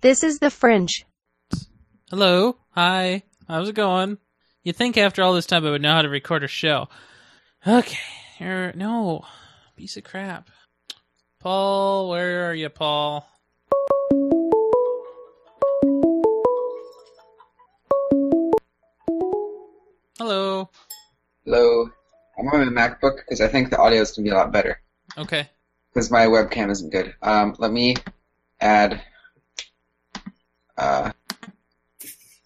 This is the fringe. Hello. Hi. How's it going? You'd think after all this time I would know how to record a show. Okay. Er, no. Piece of crap. Paul, where are you, Paul? Hello. Hello. I'm on a MacBook because I think the audio is going to be a lot better Okay. because my webcam isn't good. Um, let me add. Uh,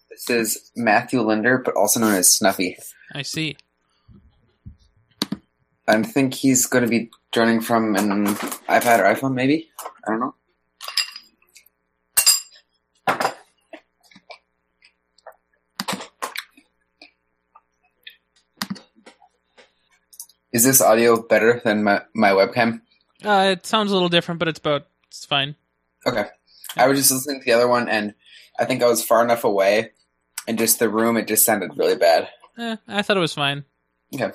this is Matthew Linder, but also known as Snuffy. I see. I think he's going to be joining from an iPad or iPhone, maybe. I don't know. Is this audio better than my, my webcam? Uh, it sounds a little different, but it's about it's fine. Okay. I was just listening to the other one, and I think I was far enough away, and just the room, it just sounded really bad. Eh, I thought it was fine. Okay.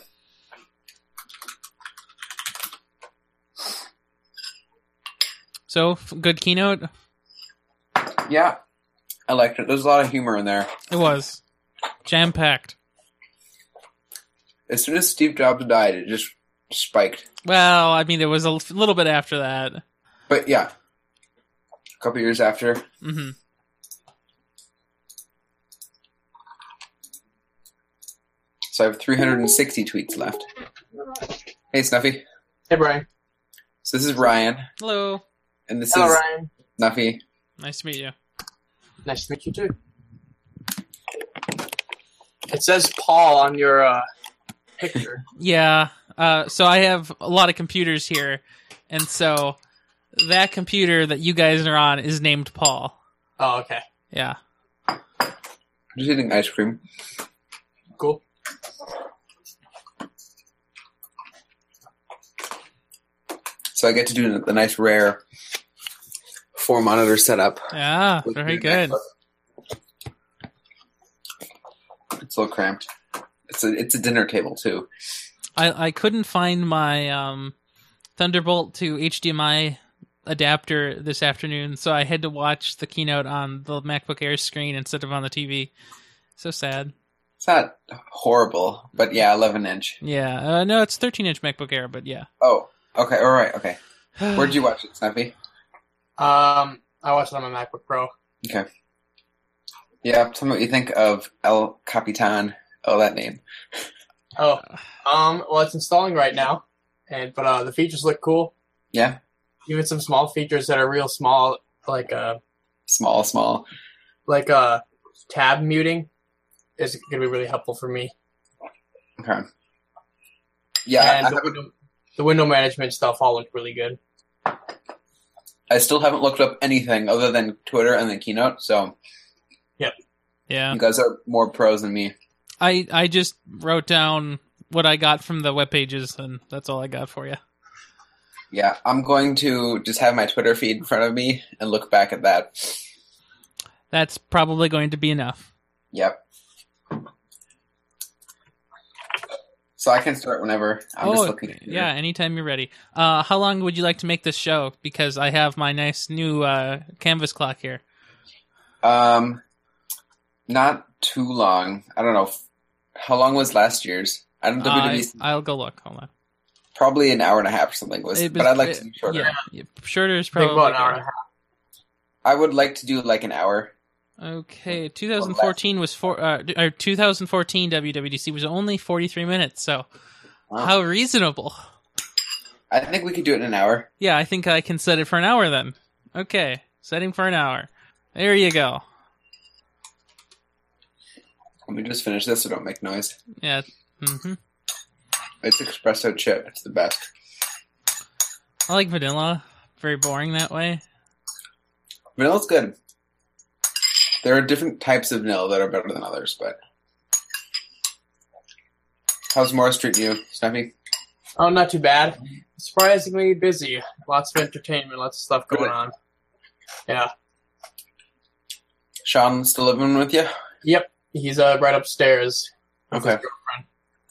So f- good keynote. Yeah. I liked it. There's a lot of humor in there. It was jam packed. As soon as Steve Jobs died, it just spiked. Well, I mean, there was a l- little bit after that. But yeah, a couple years after, hmm so I have 360 tweets left. Hey, Snuffy. Hey, Brian. So this is Ryan, Hello. and this Hello, is Ryan. Snuffy. Nice to meet you. Nice to meet you too. It says Paul on your uh, picture. Yeah. Uh, so I have a lot of computers here, and so that computer that you guys are on is named Paul. oh, okay. Yeah. I'm just eating ice cream. Cool. So I get to do the nice rare four monitor setup. Yeah. with Ah, Very the good. MacBook. It's a little cramped. It's a it's a dinner table too. I I couldn't find my um, Thunderbolt to HDMI adapter this afternoon, so I had to watch the keynote on the MacBook Air screen instead of on the TV. So sad. It's not horrible, but yeah, eleven inch. Yeah. Uh, no, it's 13 inch MacBook Air, but yeah. Oh, okay, all right, okay. Where'd you watch it, Snappy? Um, I watched it on my MacBook Pro. Okay. Yeah, tell me what you think of El Capitan. Oh, that name. Oh, um, well, it's installing right now, and but uh, the features look cool. Yeah, Even some small features that are real small, like uh, small, small. like uh, tab muting, is gonna be really helpful for me. Okay. Yeah, and I, the haven't, window, the window management stuff all looked really good. I still haven't looked up anything other than Twitter and the keynote. So Yeah. you guys are more pros than me. I I just wrote down what I got from the web pages, and that's all I got for you. Yeah, I'm going to just have my Twitter feed in front of me and look back at that. That's probably going to be enough. Yep. So I can start whenever. I'm just looking. At Oh, yeah, anytime you're ready. Uh, how long would you like to make this show? Because I have my nice new uh, canvas clock here. Um, not too long. I don't know. f- How long was last year's? I don't I, WWE. I'll go look. Hold on. probably an hour and a half or something was, It was- but I'd like it- to do shorter. Yeah, yeah, shorter is Probably probably about an uh, hour and a half. I would like to do like an hour. good. Okay, 2014 was four. Uh, d- or 2014 WWDC was only 43 minutes. So Wow. how reasonable. I think we could do it in an hour. Yeah, I think I can set it for an hour then. Okay, setting for an hour. There you go. Let me just finish this so don't make noise. Yeah. hmm It's espresso chip. It's the best. I like vanilla. Very boring that way. Vanilla's good. There are different types of vanilla that are better than others, but how's Morris treating you, Snuffy? Oh, not too bad. Surprisingly busy. Lots of entertainment, lots of stuff going Really? on. Sean still living with you? Yep, he's uh, right upstairs. with Okay. his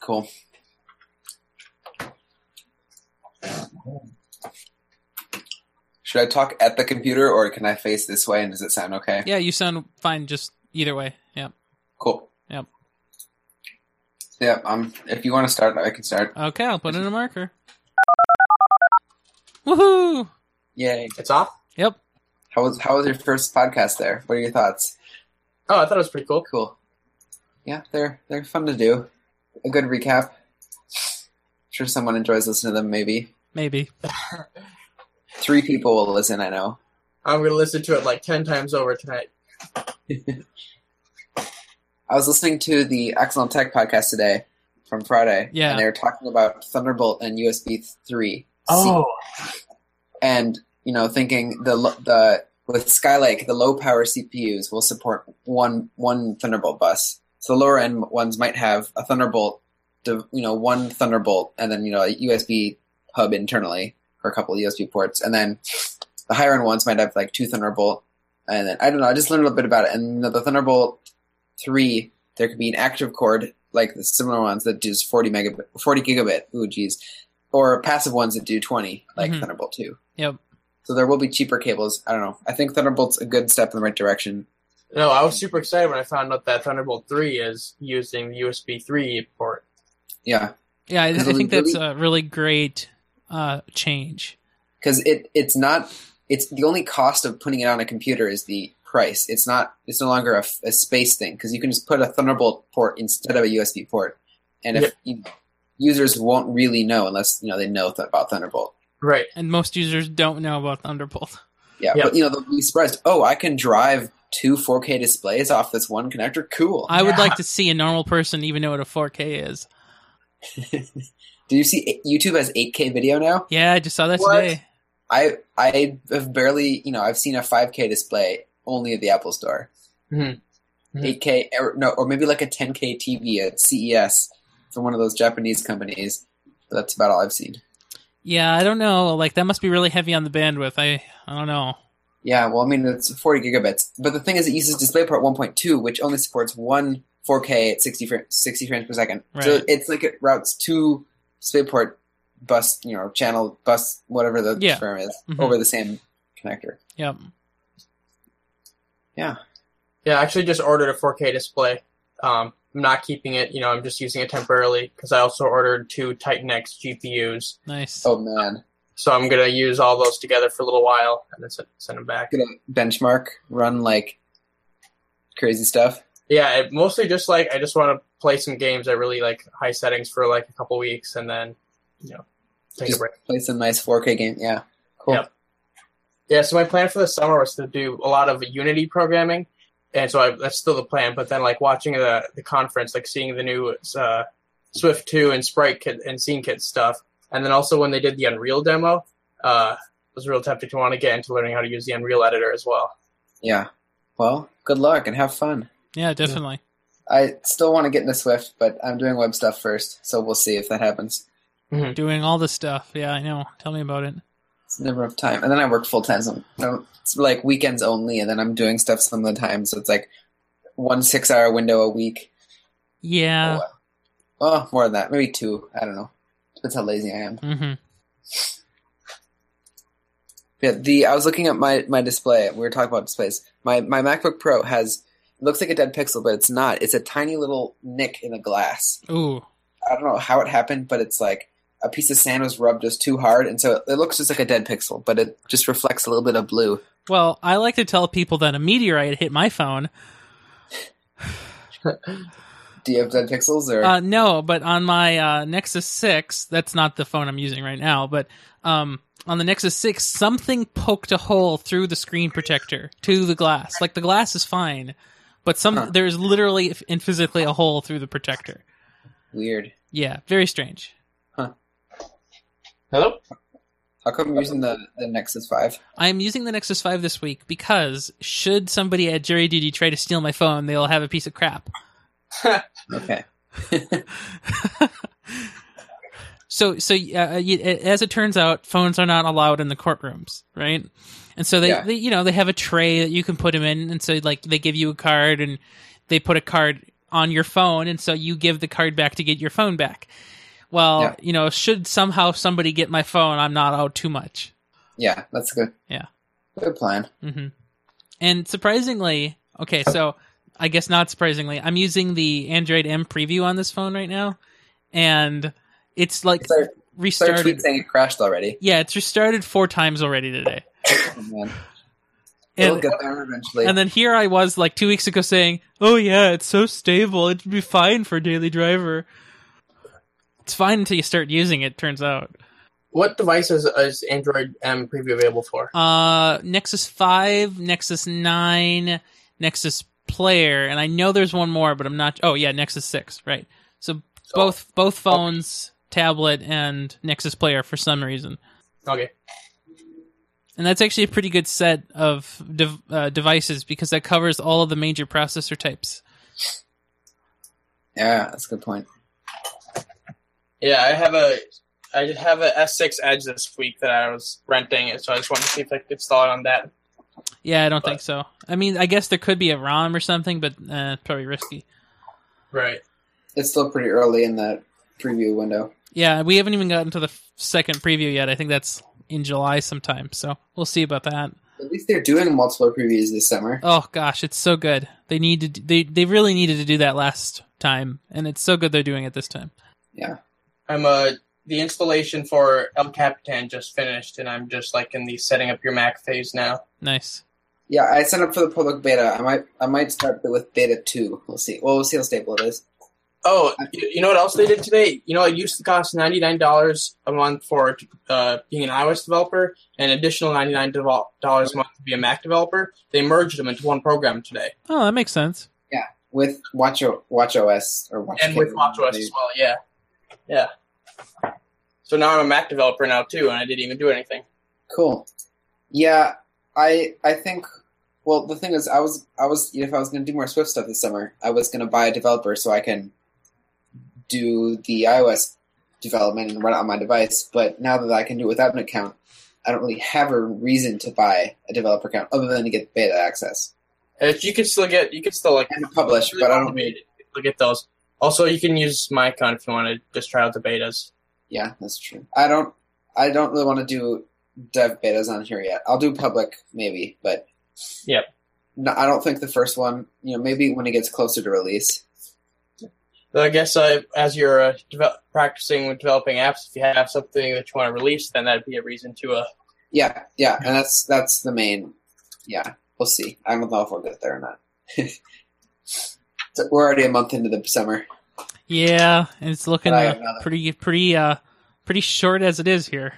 girlfriend. Cool. Should I talk at the computer or can I face this way and does it sound okay? Yeah, you sound fine just either way. Yeah. Cool. Yep. Yep. Um, if you want to start, I can start. Okay, I'll put in a marker. Woohoo! Yay! It's off. Yep. How was how was your first podcast there? What are your thoughts? Oh, I thought it was pretty cool. Cool. Yeah, they're they're fun to do. A good recap. sure, someone enjoys listening to them. Maybe Maybe. three people will listen. I know. I'm gonna listen to it like ten times over tonight. I was listening to the Excellent Tech podcast today from Friday. Yeah. And they were talking about Thunderbolt and USB three. Oh. and you know thinking the lo- the with Skylake the low power CPUs will support one one Thunderbolt bus. So the lower end ones might have a Thunderbolt, to, you know, one Thunderbolt, and then you know a USB hub internally for a couple of USB ports, and then the higher end ones might have like two Thunderbolt, and then I don't know. I just learned a little bit about it, and the, the Thunderbolt three there could be an active cord like the similar ones that does forty megabit, forty gigabit. Ooh, geez, or passive ones that do twenty, like Mhm. Thunderbolt two. Yep. So there will be cheaper cables. I don't know. I think Thunderbolt's a good step in the right direction. No, I was super excited when I found out that Thunderbolt 3 is using the USB 3 port. Yeah, Yeah, I, I Really, think that's really? a really great uh, change. because it it's not it's the only cost of putting it on a computer is the price. It's not it's no longer a, f- a space thing because you can just put a Thunderbolt port instead of a USB port, and if you know, users won't really know unless you know they know th- about Thunderbolt. Right. And most users don't know about Thunderbolt. Yeah, Yeah. but you know they'll be surprised. Oh, I can drive two 4K displays off this one connector. Cool. I would Yeah. like to see a normal person even know what a 4K is. Do you see YouTube has 8K video now? Yeah, I just saw that What? today. I I have barely you know I've seen a 5K display only at the Apple Store. Mm-hmm. Mhm. Mhm. 8K or, no, or maybe like a 10K TV at CES from one of those Japanese companies. But that's about all I've seen. Yeah, I don't know. Like that must be really heavy on the bandwidth. I I don't know. Yeah, well, I mean it's 40 gigabits, but the thing is, it uses DisplayPort 1.2, which only supports one 4K at 60 frames, 60 frames per second. So Right. it's like it routes two DisplayPort bus, you know, channel bus, whatever the Yeah. term is, Mhm. over the same connector. Yep. Yeah, I actually just ordered a 4K display. Um, I'm not keeping it, you know, I'm just using it temporarily because I also ordered two Titan X GPUs. Nice. Oh man. So I'm going to use all those together for a little while and then send, send them back. gonna benchmark run like crazy stuff. Yeah, it, mostly just like I just want to play some games at really like high settings for like a couple weeks and then, you know, take Just a break. play some nice 4K game. Yeah, cool. Yep. Yeah, so my plan for the summer was to do a lot of Unity programming, and so I, that's still the plan. But then, like watching the the conference, like seeing the new uh, Swift two and Sprite Kit and Scene Kit stuff, and then also when they did the Unreal demo, uh, it was real tempting to want to get into learning how to use the Unreal editor as well. Yeah. Well, good luck and have fun. Yeah, definitely. I still want to get into Swift, but I'm doing web stuff first, so we'll see if that happens. Doing all this stuff. Yeah, I know. Tell me about it. It's never enough time, and then I work full time. So I don't- it's like weekends only, and then I'm doing stuff some of the time. So it's like one six hour window a week. Yeah. Oh, well, more than that, maybe two. I don't know. Depends how lazy I am. Mm-hmm. Yeah, the I was looking at my my display. We were talking about displays. My my MacBook Pro has it looks like a dead pixel, but it's not. It's a tiny little nick in the glass. Ooh. I don't know how it happened, but it's like a piece of sand was rubbed just too hard, and so it, it looks just like a dead pixel, but it just reflects a little bit of blue. Well, I like to tell people that a meteorite hit my phone. Do you have dead pixels or Uh, no, but on my uh, Nexus 6, that's not the phone I'm using right now, but um, on the Nexus 6, something poked a hole through the screen protector to the glass. Like the glass is fine, but some Huh. there is literally f- and physically a hole through the protector. weird? Yeah, very strange. Hello. How come you're using the the Nexus Five? I am using the Nexus 5 this week because should somebody at jury duty try to steal my phone, they'll have a piece of crap. Okay, So, so uh, you, as it turns out, phones are not allowed in the courtrooms, right? And so they, Yeah. they, you know, they have a tray that you can put them in, and so like they give you a card, and they put a card on your phone, and so you give the card back to get your phone back. Well, Yeah. you know, should somehow somebody get my phone, I'm not out too much. Yeah, that's good. Yeah. Good plan. hmm And surprisingly, okay, so I guess not surprisingly, I'm using the Android M preview on this phone right now, and it's like It's our, it's our tweet restarted. saying it crashed already. Yeah, it's restarted four times already today. Oh, man. It'll And, get there eventually. and then here I was like two weeks ago saying, "Oh yeah, it's so stable. It'd be fine for daily driver." It's fine until you start using it. Turns out, What devices is Android M preview available for? uh, Nexus Five, Nexus Nine, Nexus Player, and I know there's one more, but I'm not. Oh yeah, Nexus Six, right? So both both phones, tablet, and Nexus Player for some reason. Okay. And that's actually a pretty good set of dev- uh, devices because that covers all of the major processor types. yeah, that's a good point. Yeah, I have a I have a S6 Edge this week that I was renting, and so I just wanted to see if I could install it on that. Yeah, I don't But- think so. I mean, I guess there could be a ROM or something, but uh, probably risky. Right. It's still pretty early in the preview window. Yeah, we haven't even gotten to the f- second preview yet. I think that's in July sometime, so we'll see about that. At least they're doing multiple previews this summer. Oh gosh, it's so good. They needed they they really needed to do that last time, and it's so good they're doing it this time. I'm uh the installation for El Capitan just finished, and I'm just like in the setting up your Mac phase now. Nice. Yeah, I signed up for the public beta. I might I might start with beta two. We'll see. Well, we'll see how stable it is. Oh, you you know what else they did today? You know, it used to cost ninety nine dollars a month for uh, being an iOS developer, and an additional ninety nine dollars a month to be a Mac developer. They merged them into one program today, Oh, that makes sense. With Watch O- Watch OS or Watch and with WatchOS as well. Yeah, yeah. So now I'm a Mac developer now too, and I didn't even do anything. Cool. Yeah, I I think. Well, the thing is, I was I was if I was going to do more Swift stuff this summer, I was going to buy a developer so I can do the iOS development and run it on my device. But now that I can do it without an account, I don't really have a reason to buy a developer account other than to get beta access And Uh, you can still get, you can still like and publish. But I don't. need. Look at those. Also, you can use my account if you want to just try out the betas. Yeah, that's true. I don't. I don't really want to do dev betas on here yet. I'll do public maybe, but Yep. No, I don't think the first one. You know, maybe when it gets closer to release. But I guess uh, as you're uh, devel- practicing with developing apps, if you have something that you want to release, then that'd be a reason to. Uh, Yeah, yeah, and that's that's the main. Yeah, we'll see. I don't know if we'll get there or not. So we're already a month into the summer. Yeah, and it's looking But I uh, have another- pretty pretty uh pretty short as it is here.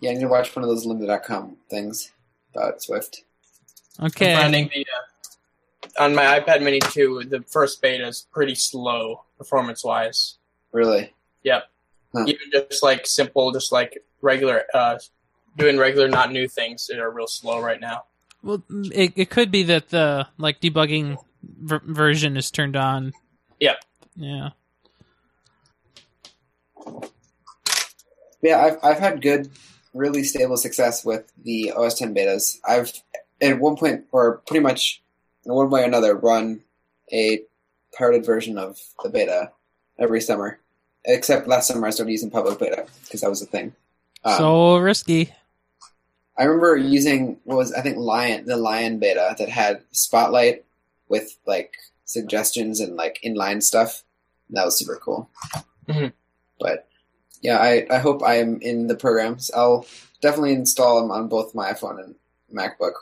Yeah, I need to watch one of those lynda.com things about Swift. Okay. I'm finding the uh, on my iPad Mini 2, the first beta is pretty slow performance wise. Really? Huh. Even just like simple, just like regular, uh, doing regular, not new things that are real slow right now. Well, it it could be that the like debugging ver- version is turned on. Yeah. Yeah. Yeah, I've I've had good, really stable success with the OS 10 betas. I've at one point or pretty much in one way or another run a pirated version of the beta every summer, except last summer I started using public beta because that was a thing. Um, so risky. I remember using what was I think Lion the Lion beta that had Spotlight with like suggestions and like inline stuff. And that was super cool. Mhm. But yeah, I, I hope I am in the programs. I'll definitely install them on both my iPhone and MacBook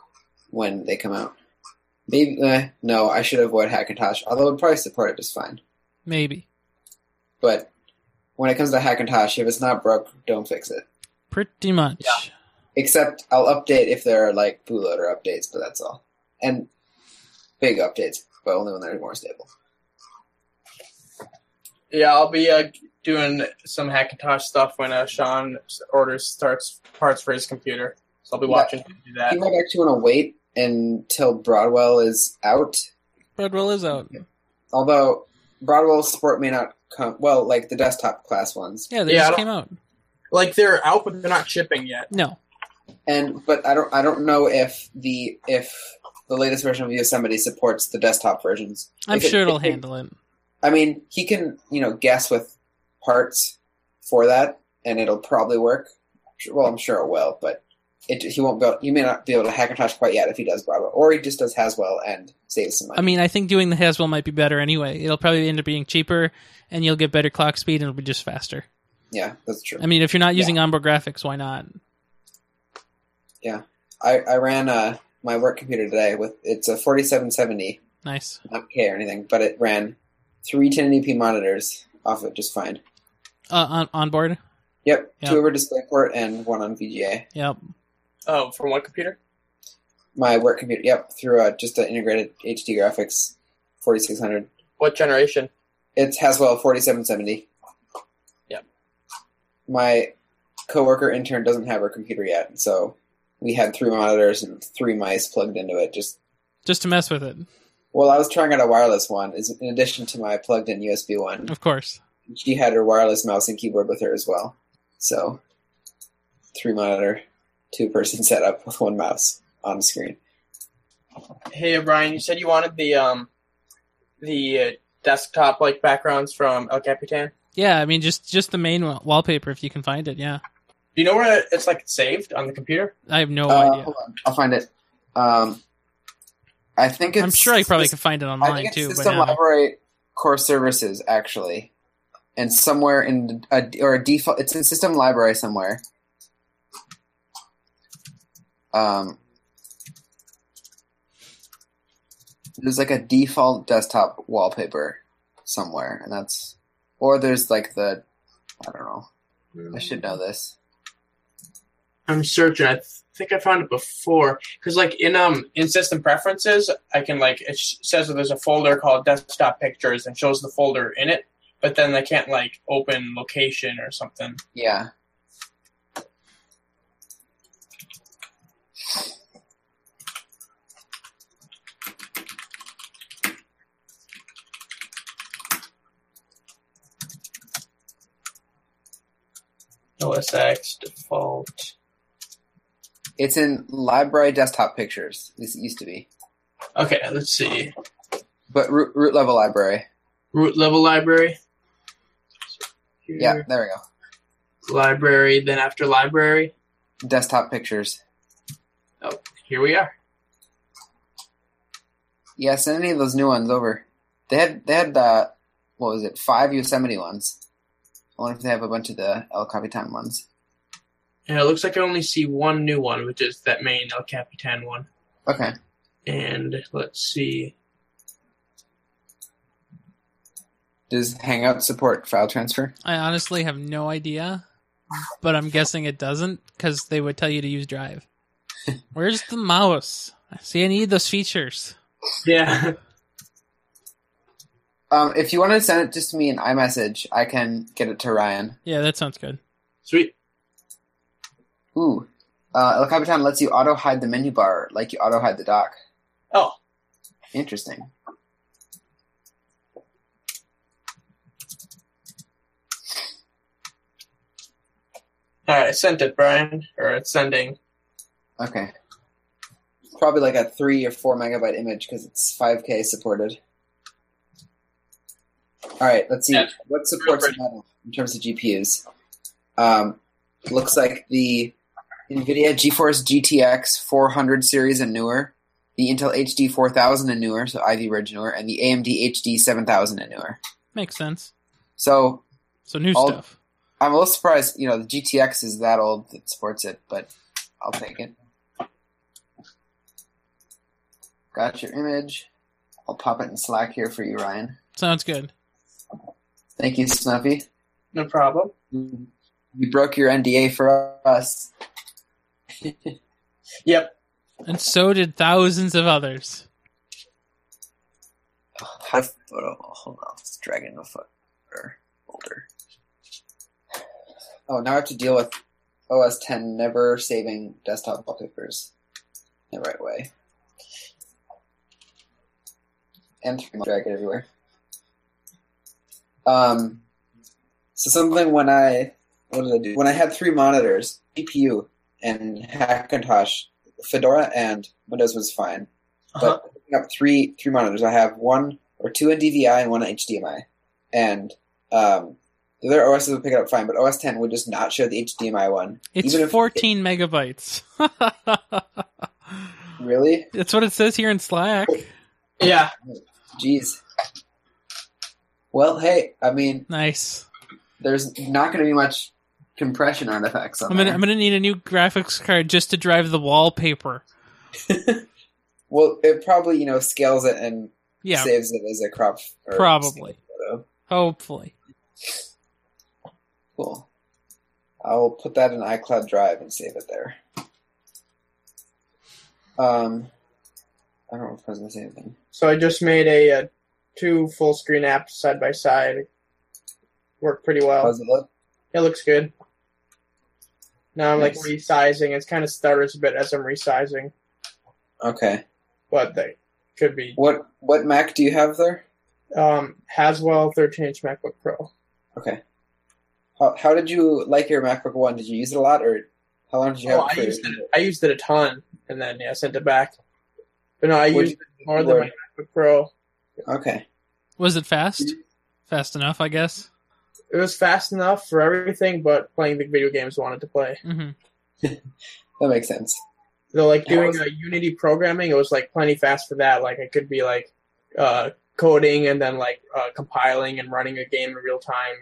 when they come out. Maybe eh, no, I should avoid Hackintosh, although it'd probably support it just fine. Maybe. But when it comes to Hackintosh, if it's not broke, don't fix it. Pretty much. Yeah. Except I'll update if there are like bootloader updates, but that's all. And big updates, but only when they're more stable. Yeah, I'll be uh, doing some Hackintosh stuff when uh, Sean orders starts parts for his computer. So I'll be Yeah. watching him do that. You might actually want to wait until Broadwell is out. Broadwell is out. Although Broadwell support may not come well, like the desktop class ones. Yeah, they Yeah, I just don't- came out. Like they're out, but they're not shipping yet. No. And but I don't I don't know if the if the latest version of Yosemite supports the desktop versions. I'm If it- sure it'll if it- handle it. I mean, he can, you know, guess with parts for that, and it'll probably work. well, I'm sure it will, but it, he won't be. Able, you may not be able to Hackintosh quite yet if he does Bravo, or he just does Haswell and saves some money. I mean, I think doing the Haswell might be better anyway. It'll probably end up being cheaper, and you'll get better clock speed, and it'll be just faster. yeah, that's true. I mean, if you're not using Umbro graphics, why not? I, I ran uh, my work computer today with it's a 4770, Nice. not K or anything, but it ran three 1080p monitors off it just fine. Uh, on on board. Yep, Yeah. two over DisplayPort and one on VGA. Yep. Oh, from one computer. My work computer, yep, through uh, just an integrated HD graphics 4600. What generation? It's Haswell 4770. Yep. My coworker intern doesn't have her computer yet, so we had three monitors and three mice plugged into it. Just Just to mess with it, well, I was trying out a wireless one, is in addition to my plugged-in USB one. of course. She had her wireless mouse and keyboard with her as well, so three monitor, two person setup with one mouse on screen. Hey, Brian, you said you wanted the um, the uh, desktop like backgrounds from El Capitan. Yeah, I mean, just just the main wa- wallpaper if you can find it. Yeah, Do you know where it's like saved on the computer? I have no Uh, idea. hold on, I'll find it. Um, I think it's. I'm sure I probably it's- could find it I online think it's too. But System Library Core Services actually, and somewhere in a, or a default. It's in System Library somewhere. Um, there's like a default desktop wallpaper somewhere, and that's or there's like the I don't know. I should know this. I'm searching. I th- think I found it before because, like, in um, in system preferences, I can like it sh- says that there's a folder called desktop pictures and shows the folder in it, but then they can't like open location or something. Yeah. OSX default. It's in library desktop pictures. At least it used to be. Okay, let's see. But root, root level library. Root level library. Yeah, Here, there we go. Library. Then after library, Desktop pictures. here we are. Yeah, send any of those new ones over. They had they had uh, what was it? Five Yosemite ones. I wonder if they have a bunch of the El Capitan ones. And it looks like I only see one new one, which is that main El Capitan one. Okay. And let's see. Does Hangout support file transfer? I honestly have no idea, but I'm guessing it doesn't because they would tell you to use Drive. Where's the mouse? See, I need those features. Yeah. Um, if you want to send it just to me in iMessage, I can get it to Ryan. Yeah, that sounds good. Sweet. Ooh. Uh, El Capitan lets you auto hide the menu bar like you auto hide the dock. Oh, Interesting. all right. I sent it, Brian. Or it's sending. Okay. It's probably like a three or four megabyte image because it's 5K supported. All right, let's see Yeah. what supports Real metal in terms of GPUs. Um, looks like the NVIDIA GeForce GTX 400 series and newer, the Intel HD 4000 and newer, so Ivy Ridge newer, and the AMD HD 7000 and newer. Makes sense. So So new All- stuff. I'm a little surprised, you know, the GTX is that old that supports it, but I'll take it. Got your image. I'll pop it in Slack here for you, Ryan. Sounds good. Thank you, Snuffy. No problem. You broke your NDA for us. Yep. And so did thousands of others. High photo. Hold on, let's drag in the folder. Folder. Oh, now I have to deal with OS 10 never saving desktop wallpapers the right way. And three- drag it everywhere. Um, so something when I what did I do? When I had three monitors, GPU and Hackintosh, Fedora and Windows was fine Uh-huh. but picking up three three monitors. I have one or two in DVI and one in HDMI, and um, The other OSs would pick it up fine, but OS 10 would just not share the HDMI one. It's Even if- 14 megabytes. Really? That's what it says here in Slack. Yeah. Jeez. Well, hey, I mean, Nice. there's not going to be much compression artifacts on I'm gonna there. I'm gonna need a new graphics card just to drive the wallpaper. Well, it probably you know scales it and Yeah, saves it as a crop. or Probably. scale photo. hopefully. Cool. I'll put that in iCloud Drive and save it there. Um, I don't know if I was gonna say anything. So I just made a, uh two full screen apps side by side. Work pretty well. How's it look? It looks good. Now I'm like Nice. resizing. It's kind of stutters a bit as I'm resizing, Okay. but they could be. What what Mac do you have there? Um, Haswell 13 inch MacBook Pro. Okay. How how did you like your MacBook One? Did you use it a lot, or how long did you Oh, have? I it for? used it. I used it a ton, and then yeah, sent it back. But no, I What'd used it more than my Word. MacBook Pro. Okay. Was it fast? Fast enough, I guess. It was fast enough for everything, but playing the video games I wanted to play. hmm That makes sense. They're like Yeah, doing it's- uh, Unity programming. It was like plenty fast for that. Like I could be like uh, coding and then like uh, compiling and running a game in real time,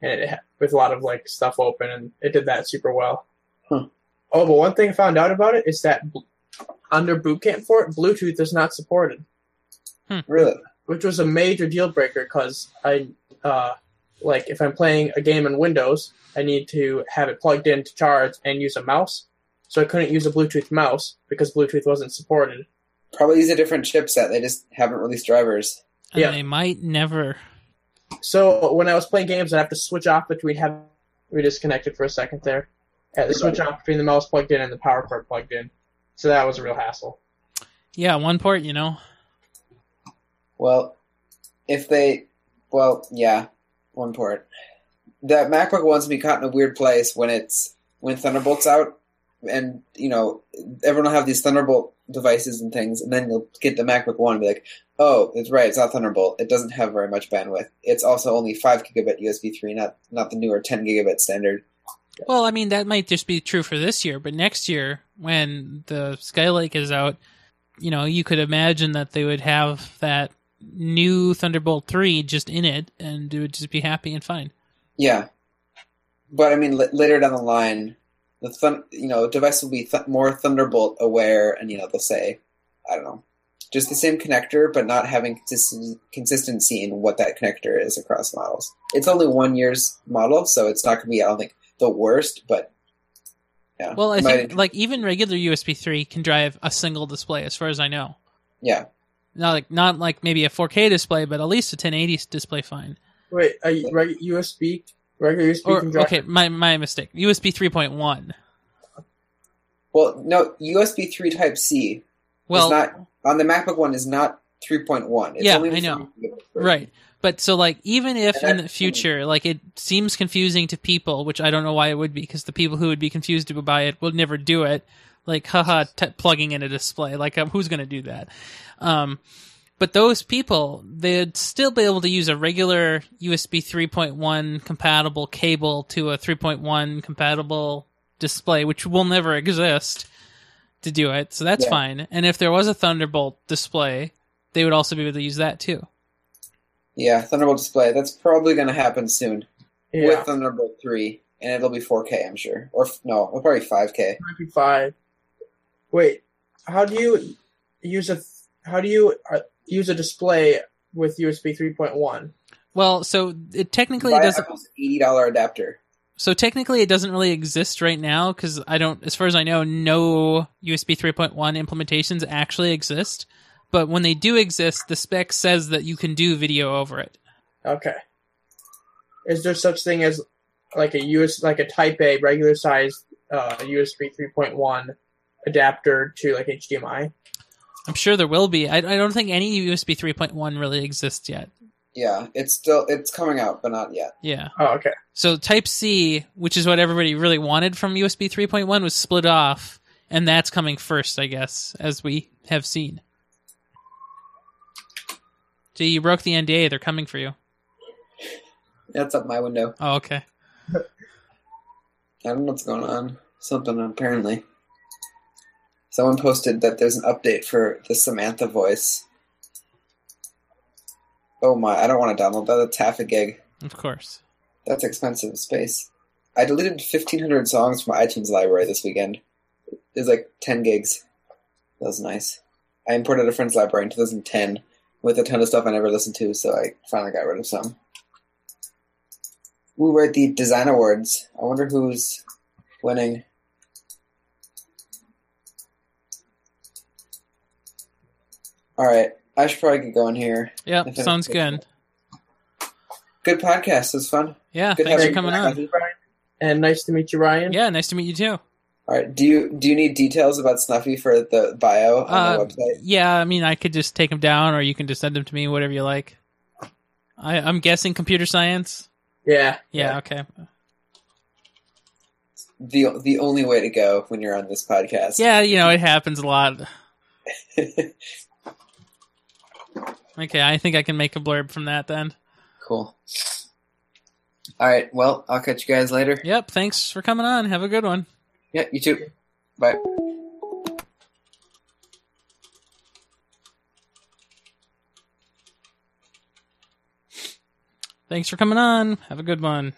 and it, ha- with a lot of like stuff open, and it did that super well. Huh. Oh, but one thing I found out about it is that bl- under bootcamp for it, Bluetooth is not supported, Really? which was a major deal breaker because I uh, like if I'm playing a game in Windows, I need to have it plugged in to charge and use a mouse. So I couldn't use a Bluetooth mouse because Bluetooth wasn't supported. Probably use a different chipset. They just haven't released drivers. And Yeah. they might never. So when I was playing games, I have to switch off between having we disconnected for a second there. I had to switch off between the mouse plugged in and the power cord plugged in. So that was a real hassle. Yeah, one port, you know. Well, if they, well, yeah, one port. That MacBook wants to be caught in a weird place when it's when Thunderbolt's out, and you know everyone will have these Thunderbolt devices and things, and then you'll get the MacBook One and be like, oh, it's right, it's not Thunderbolt. It doesn't have very much bandwidth. It's also only five gigabit USB three, not not the newer ten gigabit standard. Well, I mean that might just be true for this year, but next year when the Skylake is out, you know, you could imagine that they would have that new Thunderbolt 3 just in it and it would just be happy and fine. Yeah, but I mean, l- later down the line, the thun- you know device will be th- more Thunderbolt aware, and you know they'll say, I don't know, just the same connector, but not having consisten- consistency in what that connector is across models. It's only one year's model, so it's not going to be, I don't think, the worst, but yeah, Well, I Might- think like even regular USB 3 can drive a single display as far as I know. yeah, Not like not like maybe a 4K display, but at least a 1080 display fine. Wait, a reg- USB regular USB Or can drive- okay, my my mistake. USB 3.1. well, no, USB three Type C Well, is not on the MacBook one is not three point one. Yeah, I know. right but so like even if And in that's the future like it seems confusing to people which i don't know why it would be because the people who would be confused to buy it will never do it like haha t- plugging in a display like um, who's going to do that um but those people they'd still be able to use a regular usb 3.1 compatible cable to a 3.1 compatible display which will never exist to do it so that's Yeah. fine and if there was a thunderbolt display they would also be able to use that too Yeah, Thunderbolt display. That's probably going to happen soon. Yeah, with Thunderbolt 3, and it'll be 4K, I'm sure. Or f- no, well, probably 5K. might be five. Wait, how do you use a th- how do you uh, use a display with USB three point one? Well, so it technically Buy doesn't. Apple's $80 adapter. So technically, it doesn't really exist right now because I don't, as far as I know, no USB 3.1 implementations actually exist. But when they do exist, the spec says that you can do video over it. Okay. Is there such thing as like a US like a Type A regular size uh, USB 3.1 adapter to like HDMI? I'm sure there will be. I, I don't think any USB 3.1 really exists yet. Yeah, it's still it's coming out, but not yet. Yeah. Oh, okay. So Type C, which is what everybody really wanted from USB 3.1, was split off, and that's coming first, I guess, as we have seen. Gee, you broke the NDA. They're coming for you. That's up my window. Oh, okay. I don't know what's going on. Something apparently. Someone posted that there's an update for the Samantha voice. Oh my! I don't want to download that. That's half a gig. Of course. That's expensive space. I deleted 1,500 songs from my iTunes library this weekend. It's like 10 gigs. That was nice. I imported a friend's library in 2010 with a ton of stuff I never listened to, so I finally got rid of some. We were at the Design Awards. I wonder who's winning. All right, I should probably get going here. Yep. Sounds good. Good podcast. It was fun. Yeah. Good Oh, thanks having for coming you on. back. And nice to meet you, Ryan. Yeah. Nice to meet you too. All right. Do you do you need details about Snuffy for the bio on the Uh, website? yeah. I mean, I could just take them down, or you can just send them to me, whatever you like. I, I'm guessing computer science. Yeah. Yeah. Okay. The the only way to go when you're on this podcast. Yeah. You know, it happens a lot. Okay. I think I can make a blurb from that then. cool. All right. Well, I'll catch you guys later. Yep. Thanks for coming on. Have a good one. Yeah. You too. Bye. Thanks for coming on. Have a good one.